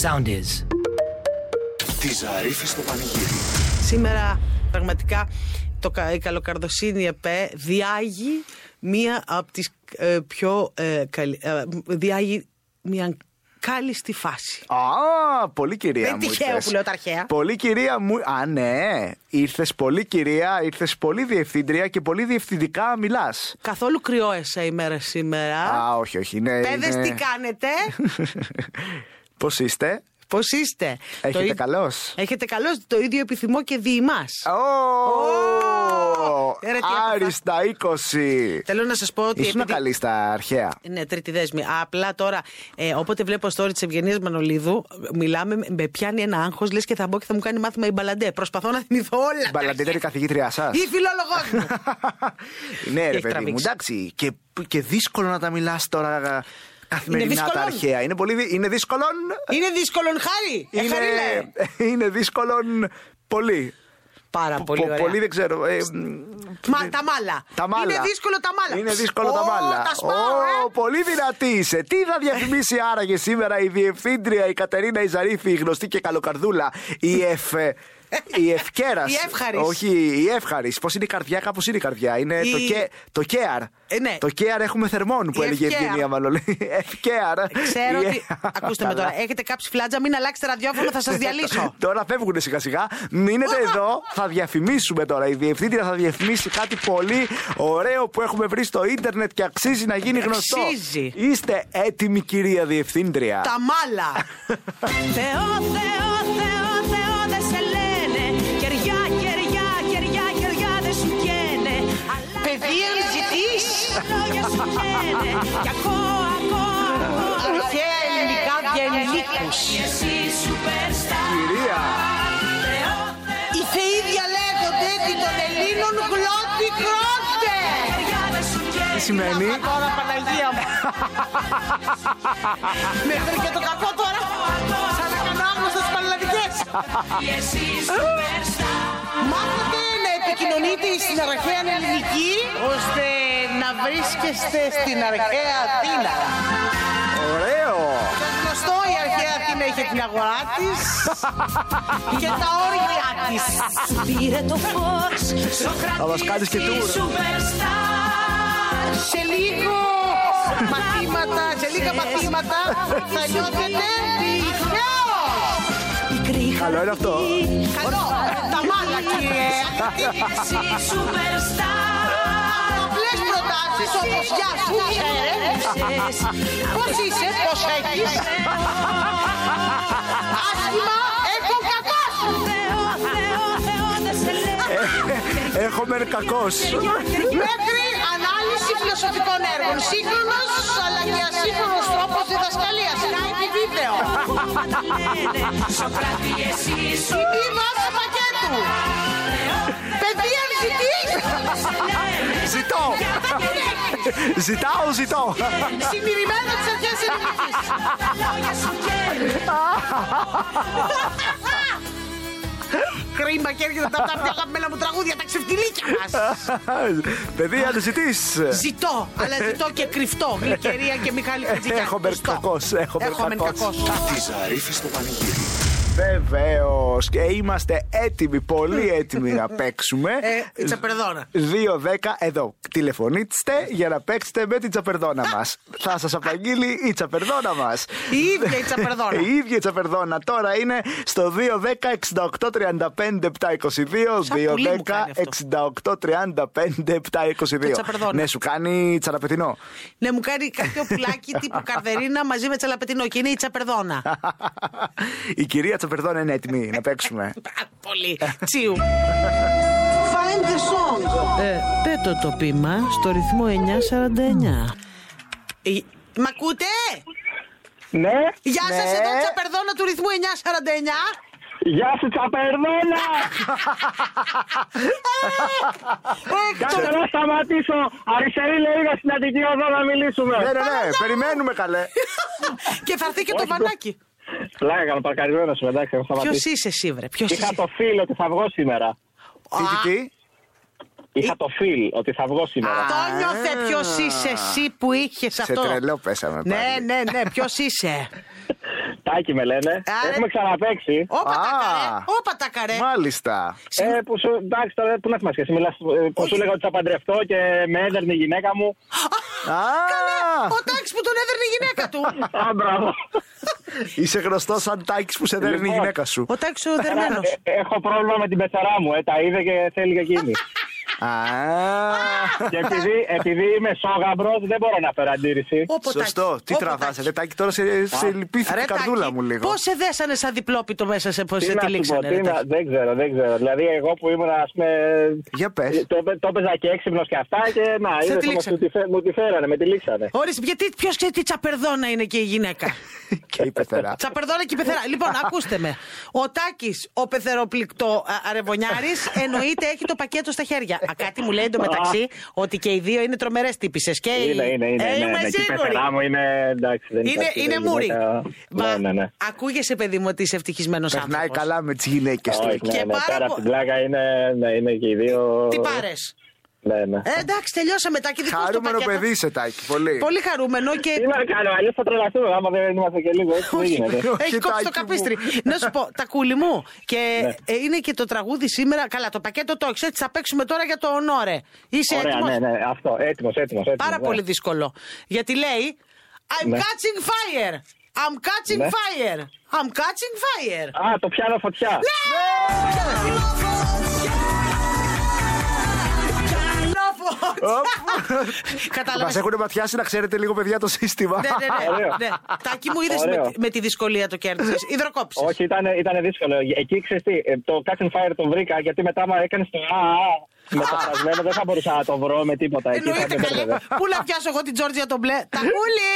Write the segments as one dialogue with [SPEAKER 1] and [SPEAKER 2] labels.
[SPEAKER 1] Sound is.
[SPEAKER 2] Τη Ζαρίφη στο πανηγύρι.
[SPEAKER 3] Σήμερα πραγματικά το, κα- η καλοκαρδοσύνη ΕΠΕ διάγει μία από τις ε, πιο ε, καλ- ε, διάγει μία κάλλιστη φάση.
[SPEAKER 2] Α, πολύ κυρία
[SPEAKER 3] Δεν
[SPEAKER 2] μου.
[SPEAKER 3] τυχαίο
[SPEAKER 2] ήρθες.
[SPEAKER 3] που λέω τα αρχαία.
[SPEAKER 2] Πολύ κυρία μου. Α, ναι. Ήρθες πολύ κυρία, ήρθες πολύ διευθύντρια και πολύ διευθυντικά μιλάς.
[SPEAKER 3] Καθόλου κρυό εσέ η μέρα σήμερα.
[SPEAKER 2] Α, όχι, όχι. Ναι,
[SPEAKER 3] Παιδες
[SPEAKER 2] είναι...
[SPEAKER 3] τι κάνετε,
[SPEAKER 2] Πώς είστε,
[SPEAKER 3] πώς είστε.
[SPEAKER 2] Έχετε
[SPEAKER 3] ίδι-
[SPEAKER 2] καλώ.
[SPEAKER 3] Έχετε καλώς, το ίδιο επιθυμώ και διημάς.
[SPEAKER 2] Ω!
[SPEAKER 3] Ε, ρε, τι έπαθα.
[SPEAKER 2] Άριστα 20.
[SPEAKER 3] Θέλω να σας πω ότι
[SPEAKER 2] Ήσουν καλή στα αρχαία.
[SPEAKER 3] Ναι, τρίτη δέσμη. Απλά τώρα, ε, όποτε βλέπω story της Ευγενίας Μανολίδου, μιλάμε, με- με πιάνει ένα άγχος, λες και θα μπω και θα μου κάνει μάθημα η μπαλαντέ. Προσπαθώ να θυμηθώ όλα. τα
[SPEAKER 2] Μπαλαντίνα είναι η καθηγήτριά σας.
[SPEAKER 3] αρχαία. Ή φιλόλογο μου.
[SPEAKER 2] ναι, ρε
[SPEAKER 3] Έχει
[SPEAKER 2] παιδί μου,
[SPEAKER 3] τραβήξει.
[SPEAKER 2] εντάξει. Και, και δύσκολο να τα μιλάς τώρα καθημερινά τα
[SPEAKER 3] δύσκολον.
[SPEAKER 2] αρχαία. Είναι, πολύ, δυ- είναι δύσκολον.
[SPEAKER 3] Είναι δύσκολο, χάρη. Ε, χάρη λέει.
[SPEAKER 2] Είναι, είναι δύσκολον πολύ.
[SPEAKER 3] Πάρα
[SPEAKER 2] Πο-
[SPEAKER 3] πολύ ωραία.
[SPEAKER 2] πολύ δεν ξέρω. ε, μ,
[SPEAKER 3] Μα, τα μάλα.
[SPEAKER 2] τα μάλα.
[SPEAKER 3] Είναι δύσκολο τα μάλα.
[SPEAKER 2] Είναι δύσκολο τα
[SPEAKER 3] Ω,
[SPEAKER 2] μάλα.
[SPEAKER 3] Τα σπάω,
[SPEAKER 2] Ω,
[SPEAKER 3] ε.
[SPEAKER 2] πολύ δυνατή είσαι. Τι θα διαφημίσει άραγε σήμερα η διευθύντρια η Κατερίνα Ιζαρίφη, η γνωστή και καλοκαρδούλα, η Εφ. Η ευκέρας.
[SPEAKER 3] Η εύχαρης.
[SPEAKER 2] Όχι, η εύχαρης. Πώς είναι η καρδιά, κάπως είναι η καρδιά. Είναι
[SPEAKER 3] Η-
[SPEAKER 2] το, και, το κέαρ.
[SPEAKER 3] Ε, ναι.
[SPEAKER 2] Το κέαρ έχουμε θερμόν που
[SPEAKER 3] Η
[SPEAKER 2] έλεγε η
[SPEAKER 3] ευκαίρα.
[SPEAKER 2] Ευγενία Μανολή. Ευκαίρα.
[SPEAKER 3] Ξέρω
[SPEAKER 2] Η-
[SPEAKER 3] ότι. Ακούστε με τώρα.
[SPEAKER 2] Καλά.
[SPEAKER 3] Έχετε κάψει φλάτζα, μην αλλάξετε ραδιόφωνο, θα σας διαλύσω.
[SPEAKER 2] Τώρα φεύγουν σιγά σιγά. Μείνετε εδώ, θα διαφημίσουμε τώρα. Η διευθύντρια θα διαφημίσει κάτι πολύ ωραίο που έχουμε βρει στο ίντερνετ και αξίζει να γίνει γνωστό.
[SPEAKER 3] Αξίζει.
[SPEAKER 2] Είστε έτοιμοι, κυρία Διευθύντρια.
[SPEAKER 3] τα μάλα.
[SPEAKER 4] Θεό, Θεό, Θεό, Θεό δεν σε λένε Κεριά, κεριά, κεριά, κεριά δεν σου καίνε Αλλά
[SPEAKER 3] Παιδί
[SPEAKER 4] τις
[SPEAKER 3] ζητής.
[SPEAKER 4] λόγια σου καίνε Κι ακούω, ακούω, ακούω
[SPEAKER 3] Αρχαία ελληνικά διανηλίκους.
[SPEAKER 4] Εσύ superstar
[SPEAKER 2] Κυρία.
[SPEAKER 4] Θεό,
[SPEAKER 3] Οι θεοί διαλέγονται επί των Ελλήνων γλώτη κρότε.
[SPEAKER 4] κεριά δεν σου
[SPEAKER 2] Τι
[SPEAKER 4] καίνε
[SPEAKER 2] σημαίνει.
[SPEAKER 3] Τώρα Παναγία μου. Μέχρι και το κακό τώρα. Σαν να κάνω άγνωστο στις πανελλαδικές.
[SPEAKER 4] Εσύ superstar
[SPEAKER 3] Μάθετε να επικοινωνείτε στην αρχαία ελληνική ώστε να βρίσκεστε στην αρχαία Αθήνα.
[SPEAKER 2] Ωραίο.
[SPEAKER 3] Σας γνωστό η αρχαία Αθήνα είχε την αγορά της και τα όρια της.
[SPEAKER 4] Σου πήρε το φως Σοκρατής
[SPEAKER 2] Θα μας κάνεις και
[SPEAKER 4] η
[SPEAKER 2] tour.
[SPEAKER 4] superstar
[SPEAKER 3] Σε λίγο μαθήματα, σε λίγα μαθήματα θα νιώθετε τυχαίως.
[SPEAKER 4] Μικρή
[SPEAKER 2] Καλό είναι αυτό.
[SPEAKER 4] χαρτί.
[SPEAKER 3] Καλό. Τα μάλα κύριε.
[SPEAKER 4] Εσύ superstar
[SPEAKER 3] Λες προτάσεις όπως γεια σου.
[SPEAKER 4] Ξέρεις,
[SPEAKER 3] Πώς είσαι, πώς έχεις. Άσχημα, έχω κακά σου.
[SPEAKER 4] Θεό, Θεό, Θεό, δεν σε λέω.
[SPEAKER 2] Έρχομαι κακό.
[SPEAKER 3] Μέχρι ανάλυση φιλοσοφικών έργων. Σύγχρονος αλλά και ασύγχρονος τρόπος διδασκαλίας. Skype βίντεο.
[SPEAKER 4] Κόμματα λένε, Σοκράτη, εσύ σου
[SPEAKER 3] Η βάση πακέτου. Παιδί ενζητής.
[SPEAKER 2] Ζητώ. Ζητάω, ζητώ.
[SPEAKER 3] Συντηρημένο της αρχαίας ελληνικής.
[SPEAKER 4] τα λόγια σου καίνε.
[SPEAKER 3] Κρίμα και έρχεται τα τα αγαπημένα μου τραγούδια, τα ξεφτυλίκια μας.
[SPEAKER 2] Παιδί, αν ζητείς.
[SPEAKER 3] Ζητώ, αλλά ζητώ και κρυφτό. Γλυκερία και Μιχάλη Χατζηγιάννη.
[SPEAKER 2] Έχω μερκακό.
[SPEAKER 3] Έχω μερκακό.
[SPEAKER 2] Βεβαίως. Και είμαστε έτοιμοι, πολύ έτοιμοι να παίξουμε.
[SPEAKER 3] Ε, η τσαπερδόνα.
[SPEAKER 2] 2-10 εδώ. Τηλεφωνήστε για να παίξετε με την τσαπερδόνα μας. Θα σας απαγγείλει η τσαπερδόνα μας.
[SPEAKER 3] Η ίδια η τσαπερδόνα.
[SPEAKER 2] η ίδια η τσαπερδόνα. Τώρα είναι στο 2-10-68-35-722.
[SPEAKER 3] πουλί μου κάνει Τα
[SPEAKER 2] 2-10-68-35-722.
[SPEAKER 3] τσαπερδόνα.
[SPEAKER 2] Ναι, σου κάνει τσαραπετινό.
[SPEAKER 3] Ναι, μου κάνει κάποιο πουλάκι τύπου καρδερίνα μαζί με τσαλαπετινό και είναι η τσαπερδόνα.
[SPEAKER 2] η κυρία Τσαπερδόνα είναι έτοιμη να παίξουμε. Ναι,
[SPEAKER 3] Πολύ. Τσίου. Find the song. Ε, πέτω το πείμα στο ρυθμό 949. Μ' ακούτε?
[SPEAKER 5] Ναι,
[SPEAKER 3] Γεια σας,
[SPEAKER 2] Ναι.
[SPEAKER 3] εδώ η τσαπερδόνα του ρυθμού 949.
[SPEAKER 5] γεια σου τσαπερδόνα! Κάτσε να σταματήσω. Αριστερή λίγα στην Αττική Οδό να μιλήσουμε.
[SPEAKER 2] ναι, ναι, ναι, περιμένουμε καλέ.
[SPEAKER 3] Και θα έρθει και το βανάκι.
[SPEAKER 5] Πλάκα κάνω παρκαρισμένο σου, εντάξει, έχω
[SPEAKER 3] Ποιο
[SPEAKER 5] σταματήσει.
[SPEAKER 3] είσαι εσύ, βρε. Ποιος είσαι.
[SPEAKER 5] Είχα το φίλ ότι θα βγω σήμερα.
[SPEAKER 2] τι, τι, τι.
[SPEAKER 5] Είχα το φίλ ότι θα βγω σήμερα.
[SPEAKER 3] Το νιώθε ποιος είσαι εσύ που είχες
[SPEAKER 2] Σε
[SPEAKER 3] αυτό.
[SPEAKER 2] τρελό πέσαμε
[SPEAKER 3] Ναι,
[SPEAKER 2] πάλι.
[SPEAKER 3] ναι, ναι, ποιος είσαι.
[SPEAKER 5] Τάκη με λένε.
[SPEAKER 3] Άρα.
[SPEAKER 5] Έχουμε ξαναπέξει.
[SPEAKER 3] Όπα τα
[SPEAKER 2] Α.
[SPEAKER 3] καρέ. Όπα τα καρέ.
[SPEAKER 2] Μάλιστα.
[SPEAKER 5] Ε, που σου, εντάξει, τώρα που να θυμάσαι, εσύ μιλάς, ε, που σου έλεγα ότι θα παντρευτώ και με έδερνε η γυναίκα μου.
[SPEAKER 2] Α,
[SPEAKER 3] Ο τάξη που τον έδερνε η γυναίκα του.
[SPEAKER 5] Α, μπράβο.
[SPEAKER 2] είσαι γνωστός σαν τάκης που σε δέρνει η
[SPEAKER 5] Λοιπόν.
[SPEAKER 2] γυναίκα σου.
[SPEAKER 3] Ο τάξη ο δερμένος.
[SPEAKER 5] Ε, Έχω πρόβλημα με την πεθερά μου, ε, τα είδε και θέλει και εκείνη.
[SPEAKER 2] Α,
[SPEAKER 5] και επειδή, επειδή είμαι σόγαμπρος δεν μπορώ να φέρω αντίρρηση.
[SPEAKER 2] σωστό. Τι τραβάσαι, ρε Τάκη, τώρα σε, σε λυπήθηκε η καρδούλα μου λίγο.
[SPEAKER 3] Πώς σε δέσανε σαν διπλόπιτο μέσα σε πώς
[SPEAKER 5] Τι
[SPEAKER 3] σε
[SPEAKER 5] να σου πω,
[SPEAKER 3] τυλίξανε.
[SPEAKER 5] τι
[SPEAKER 3] ρε
[SPEAKER 5] να,
[SPEAKER 3] Τάκη.
[SPEAKER 5] δεν ξέρω, δεν ξέρω. Δηλαδή, εγώ που ήμουν, ας πούμε.
[SPEAKER 2] Για πες.
[SPEAKER 5] Το, το έπαιζα και έξυπνος και αυτά και να,
[SPEAKER 3] Σε
[SPEAKER 5] είδες, όμως
[SPEAKER 3] τυλίξανε.
[SPEAKER 5] μου τη φέ- μου τη φέρανε, με τη λήξανε.
[SPEAKER 3] Ορίστε, γιατί ποιος ξέρει τι τσαπερδόνα είναι και η γυναίκα.
[SPEAKER 2] Και η πεθερά.
[SPEAKER 3] Τσαπερδόνα και η πεθερά. Λοιπόν, ακούστε με. Ο Τάκης, ο πεθεροπληκτό αρεβωνιάρη, εννοείται έχει το πακέτο στα χέρια. Α, κάτι μου λέει εντωμεταξύ ότι και οι δύο είναι τρομερές τύπησες. Και η-
[SPEAKER 5] Είναι, είναι, είναι.
[SPEAKER 3] Ε,
[SPEAKER 5] είναι,
[SPEAKER 3] είμαι
[SPEAKER 5] ναι, και η
[SPEAKER 3] σίγουρη.
[SPEAKER 5] πεθερά μου είναι. Εντάξει, δεν
[SPEAKER 3] Είναι,
[SPEAKER 5] υπάρχει,
[SPEAKER 3] είναι
[SPEAKER 5] δεν
[SPEAKER 3] μουρή.
[SPEAKER 5] γυναίκα. Ναι, ναι, ναι.
[SPEAKER 3] Ακούγεσαι, παιδί μου, ότι είσαι ευτυχισμένος άνθρωπο.
[SPEAKER 2] Περνάει καλά με τις γυναίκες του.
[SPEAKER 5] Όχι,
[SPEAKER 3] Και
[SPEAKER 5] ναι, ναι,
[SPEAKER 3] πάρα
[SPEAKER 5] πέρα
[SPEAKER 3] πο-
[SPEAKER 5] από την πλάκα είναι, ναι, είναι και οι δύο.
[SPEAKER 3] Τι πάρες.
[SPEAKER 5] Ναι, ναι.
[SPEAKER 3] Ε, εντάξει, τελειώσαμε. Τάκη, δικό σου το
[SPEAKER 2] Χαρούμενο
[SPEAKER 3] πακέτο.
[SPEAKER 2] παιδί είσαι, Τάκη. Πολύ.
[SPEAKER 3] Πολύ χαρούμενο
[SPEAKER 5] Τι
[SPEAKER 3] και.
[SPEAKER 5] να κάνω, αλλιώς θα τρελαθούμε. Άμα δεν είμαστε και λίγο, έτσι δεν γίνεται.
[SPEAKER 3] Έχει
[SPEAKER 2] Όχι,
[SPEAKER 3] κόψει το
[SPEAKER 2] Τάκη μου.
[SPEAKER 3] καπίστρι. Να σου πω, τα κούλι μου. Και
[SPEAKER 5] Ναι.
[SPEAKER 3] ε, είναι και το τραγούδι σήμερα. Καλά, το πακέτο το έχεις. Έτσι θα παίξουμε τώρα για το ονόρε. Είσαι
[SPEAKER 5] Ωραία,
[SPEAKER 3] έτοιμος.
[SPEAKER 5] ναι, ναι, αυτό. Έτοιμος, έτοιμος.
[SPEAKER 3] Πάρα πολύ δύσκολο. Γιατί λέει I'm
[SPEAKER 5] Ναι.
[SPEAKER 3] catching fire. I'm catching
[SPEAKER 5] Ναι.
[SPEAKER 3] fire. I'm catching fire.
[SPEAKER 5] Α, το πιάνω φωτιά.
[SPEAKER 3] Ναι,
[SPEAKER 2] Μα
[SPEAKER 3] Κατάλαβε.
[SPEAKER 2] έχουν ματιάσει να ξέρετε λίγο, παιδιά, το σύστημα.
[SPEAKER 3] Ναι, ναι,
[SPEAKER 5] Ωραίο.
[SPEAKER 3] ναι. ναι. Τάκη μου, είδες
[SPEAKER 5] Ωραίο.
[SPEAKER 3] με, με τη δυσκολία το κέρδισες. Υδροκόπησες.
[SPEAKER 5] Όχι, ήταν, ήταν δύσκολο. Εκεί ξέρεις τι, ε, το Catch and Fire το βρήκα γιατί μετά άμα έκανες το Α, α, μεταφρασμένο δεν θα μπορούσα να το βρω με τίποτα εκεί. θα
[SPEAKER 3] Εννοείται καλέ.
[SPEAKER 5] μπερδεύα.
[SPEAKER 3] Πού να πιάσω εγώ την Τζόρτζια τον μπλε. Τακούλη!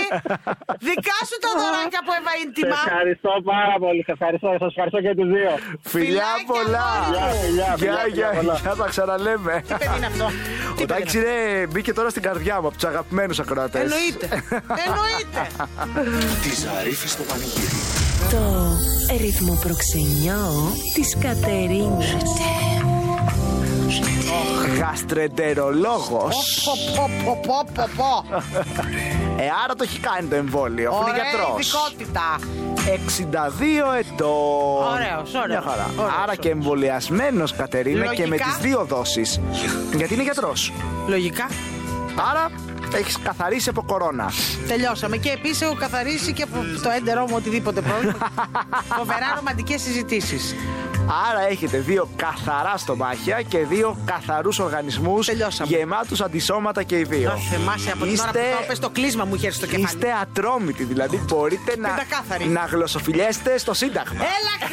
[SPEAKER 3] Δικά σου τα δωράκια από Εύα
[SPEAKER 5] Σε
[SPEAKER 3] Ιντιμά.
[SPEAKER 5] ευχαριστώ πάρα πολύ. Σε ευχαριστώ, σας ευχαριστώ και τους δύο.
[SPEAKER 2] Φιλιά
[SPEAKER 3] Φιλάκια,
[SPEAKER 2] πολλά.
[SPEAKER 3] αγόρι
[SPEAKER 5] Γεια, φιλιά,
[SPEAKER 2] Γεια,
[SPEAKER 5] φιλιά, φιλιά, πολλά.
[SPEAKER 2] γεια, γεια, τα ξαναλέμε.
[SPEAKER 3] Τι παιδί είναι αυτό.
[SPEAKER 2] Ο
[SPEAKER 3] Τι παιδί
[SPEAKER 2] Τάκης
[SPEAKER 3] είναι
[SPEAKER 2] είναι, μπήκε τώρα στην καρδιά μου από τους αγαπημένους
[SPEAKER 3] αυτό.
[SPEAKER 2] ακροατές.
[SPEAKER 3] Εννοείται. Εννοείται.
[SPEAKER 1] Τη Ζαρίφη στο πανηγύρι.
[SPEAKER 6] Το ρυθμό προξενιό της Κατερίνας.
[SPEAKER 2] Γαστρεντερολόγο.
[SPEAKER 3] Πο, πο, πο, πο, πο, πο.
[SPEAKER 2] Ε, άρα το έχει κάνει το εμβόλιο. αφού Είναι
[SPEAKER 3] Ωραία
[SPEAKER 2] γιατρός.
[SPEAKER 3] ειδικότητα.
[SPEAKER 2] 62 ετών.
[SPEAKER 3] Ωραίος, ωραίος.
[SPEAKER 2] Μια χαρά.
[SPEAKER 3] Ωραίος,
[SPEAKER 2] Άρα και εμβολιασμένος Κατερίνα και με
[SPEAKER 3] Λογικά.
[SPEAKER 2] τις δύο δόσεις. Γιατί είναι γιατρός.
[SPEAKER 3] Λογικά.
[SPEAKER 2] Άρα έχεις καθαρίσει από κορώνα.
[SPEAKER 3] Τελειώσαμε. Και επίσης έχω καθαρίσει και από το έντερό μου οτιδήποτε πρόβλημα. Φοβερά ρομαντικές συζητήσεις.
[SPEAKER 2] Άρα έχετε δύο καθαρά στομάχια και δύο καθαρούς οργανισμούς
[SPEAKER 3] Τελειώσαμε.
[SPEAKER 2] γεμάτους αντισώματα και οι δύο.
[SPEAKER 3] Να θυμάσαι από την ώρα που
[SPEAKER 2] Είστε-
[SPEAKER 3] το πες, το κλείσμα μου είχε έρθει στο κεφάλι.
[SPEAKER 2] Είστε ατρόμητοι, δηλαδή μπορείτε να,
[SPEAKER 3] Πεντακάθαροι.
[SPEAKER 2] να γλωσσοφιλιέστε στο Σύνταγμα.
[SPEAKER 3] Έλα